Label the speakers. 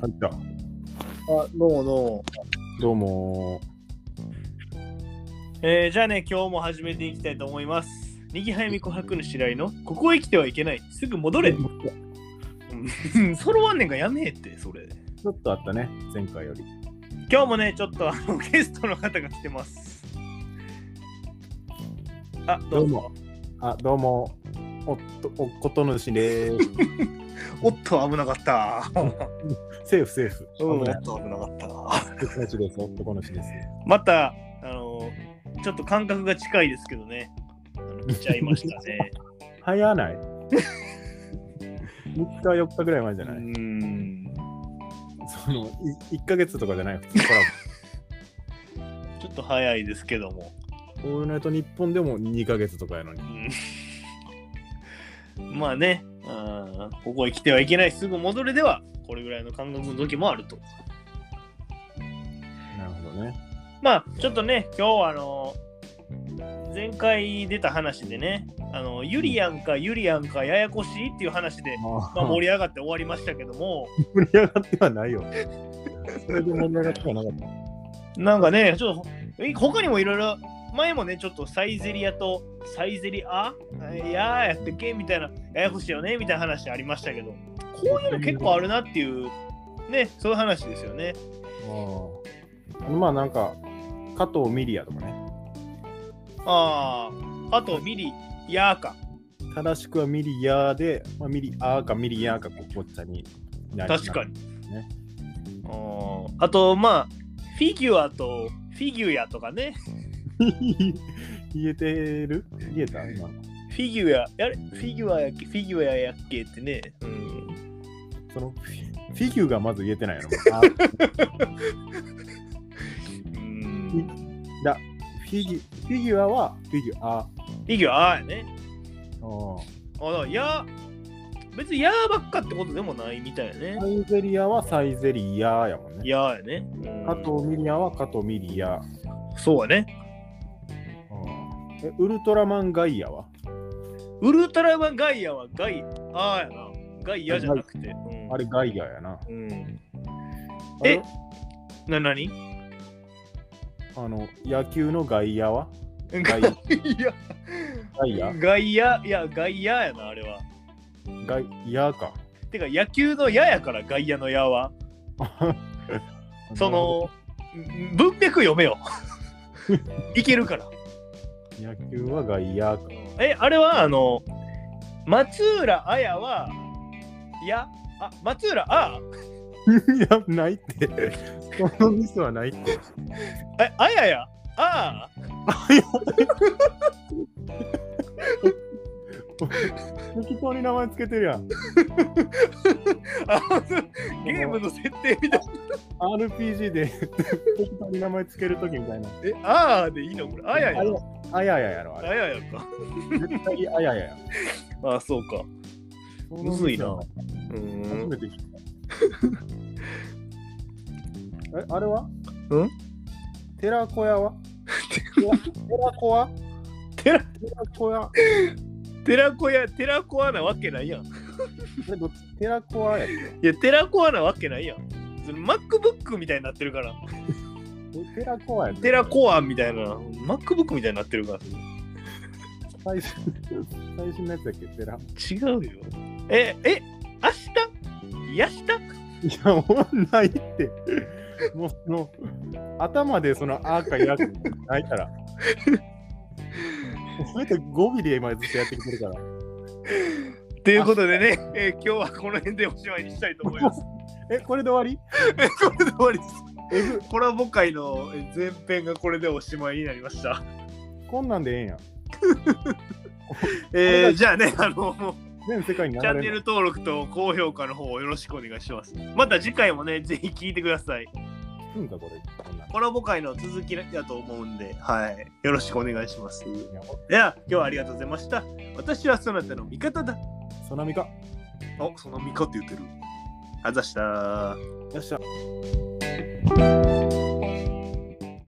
Speaker 1: はい、じゃあ
Speaker 2: あ、どうもどうも。
Speaker 1: どうも
Speaker 3: えーじゃあね、今日も始めていきたいと思います。にぎはやみ琥珀の白井の、ここへ来てはいけない、すぐ戻 れ。うんそろわんねんがやめえって、それ。
Speaker 1: ちょっとあったね、前回より。
Speaker 3: 今日もね、ちょっとあのゲストの方が来てます。あ、ど
Speaker 1: ど
Speaker 3: う
Speaker 1: う
Speaker 3: も。
Speaker 1: も。あ、どうも。おっと、おっことぬしで ーす。
Speaker 3: おっと、危なかった。
Speaker 1: セーフ、セーフ。
Speaker 3: お
Speaker 1: 危ない
Speaker 3: っと、危なかった。
Speaker 1: おっことぬしです。おっとこぬしです。
Speaker 3: また、あの、ちょっと感覚が近いですけどね。あの来ちゃいました ね。
Speaker 1: 早ない。3日、4日ぐらい前じゃ
Speaker 3: う
Speaker 1: ない。
Speaker 3: ん。
Speaker 1: その、い1ヶ月とかじゃない、普通コラ
Speaker 3: ちょっと早いですけども。
Speaker 1: ボ。オールナイト日本でも2ヶ月とかやのに。
Speaker 3: うん まあね、あーここへ来てはいけない、すぐ戻れでは、これぐらいの感覚の時もあると。
Speaker 1: なるほどね。
Speaker 3: まあ、ちょっとね、今日はあの、前回出た話でね、あの、ゆりやんか、ゆりやんか、ややこしいっていう話で、
Speaker 1: ま
Speaker 3: まあ、盛り上がって終わりましたけども、
Speaker 1: 盛り上がってはない よ。それで盛り上がってはなかった。
Speaker 3: なんかね、ちょっと、え他にもいろいろ、前もね、ちょっとサイゼリアとサイゼリアいやーやってけみたいな、ややこしいよねみたいな話ありましたけど、こういうの結構あるなっていう、ね、そういう話ですよね。
Speaker 1: あまあなんか、加藤ミリアとかね。
Speaker 3: ああ、あとミリ、ヤーか。
Speaker 1: 正しくはミリアーで、まあ、ミリアーかミリアーかこうごっちゃになり
Speaker 3: 確かに。
Speaker 1: ね
Speaker 3: あーあと、まあ、フィギュアとフィギュアとかね、
Speaker 1: 言えてる言えた今。
Speaker 3: フィギュア、やれ、フィギュアやっけ、フィギュアやっけってね。うん
Speaker 1: そのフィフィギュがまず言えてないの。 あ
Speaker 3: うん
Speaker 1: だフィギュフィギュアはフィギュア。
Speaker 3: フィギュア、あーやね。
Speaker 1: うん
Speaker 3: あだからや別にやーばっかってことでもないみたいやね
Speaker 1: サ。イゼリアはサイゼリアやもんね。
Speaker 3: やーやね。うん
Speaker 1: 加藤ミリアは加藤ミリア。うん
Speaker 3: そうやね。
Speaker 1: えウルトラマンガイアは
Speaker 3: ウルトラマンガイアはガイアーやな。ガイアじゃなくて。うん
Speaker 1: あれガイアやな。
Speaker 3: うん。
Speaker 1: あれ
Speaker 3: えな、なに
Speaker 1: あの野球のガイアはガ
Speaker 3: ガ イ
Speaker 1: イアガイ
Speaker 3: ア。
Speaker 1: ア
Speaker 3: ガイア、いや、ガイアやな、あれは。
Speaker 1: ガイアか。
Speaker 3: てか、野球の矢やから、ガイアの矢は。その、ん文脈 読めよ。いけるから。
Speaker 1: 野球は外野 か。
Speaker 3: え、あれはあの、松浦綾は、いや、あ、松浦あ、
Speaker 1: いや、ないって。そのミスはないって。
Speaker 3: え、あやや、あ
Speaker 1: 適当に名前つけてるやん。
Speaker 3: ーあ、ゲームの設定みたいな。
Speaker 1: RPG で 適当に名前つけるときみたいな。
Speaker 3: え、あーでいいのこれ、あやや、
Speaker 1: あやややろ、あ
Speaker 3: あ
Speaker 1: れ。
Speaker 3: ややか。
Speaker 1: 絶対あややや。
Speaker 3: あ、そうか。むずいな。う
Speaker 1: 初
Speaker 3: ーん。
Speaker 1: めて聞いた。え、あれは
Speaker 3: うん
Speaker 1: 寺子屋は寺子屋
Speaker 3: てら、
Speaker 1: 寺子屋
Speaker 3: てらこや、てらこわなわけないやん。い
Speaker 1: えどっち寺子屋やっけ
Speaker 3: や、てらこわなわけないやん。それ MacBook みたいになってるから。
Speaker 1: え寺子屋やっけ
Speaker 3: テラコアみたいな、MacBook みたいになってるから。
Speaker 1: 最新最新のやつやっけ寺
Speaker 3: 違うよ。え、え、明日やした
Speaker 1: いや、おもんないって。もう、その頭でその、あーかやかないから。それって語尾で今ずっとやってきてるから。
Speaker 3: ということでね、えー今日はこの辺でおしまいにしたいと思います。
Speaker 1: え、これで終わ
Speaker 3: えこ れで終 わりです。
Speaker 1: りえぐ、
Speaker 3: コラボ会の前編がこれでおしまいになりました。
Speaker 1: こんなんでええんや。
Speaker 3: えーじゃあね、あの、
Speaker 1: 全世界に流
Speaker 3: チャン
Speaker 1: れ
Speaker 3: ネ
Speaker 1: る。
Speaker 3: ル登録と高評価の方よろしくお願いします。また次回もね、ぜひ聞いてください。
Speaker 1: うんか、これ。こんなんい
Speaker 3: コラボ会の続きだと思うんで、はい。よろしくお願いします。
Speaker 1: やお
Speaker 3: では、今日はありがとうございました。私はそなたの味方だ。
Speaker 1: そのみか。
Speaker 3: あ、その味方って言ってる。あざしたー。
Speaker 1: よっしゃ。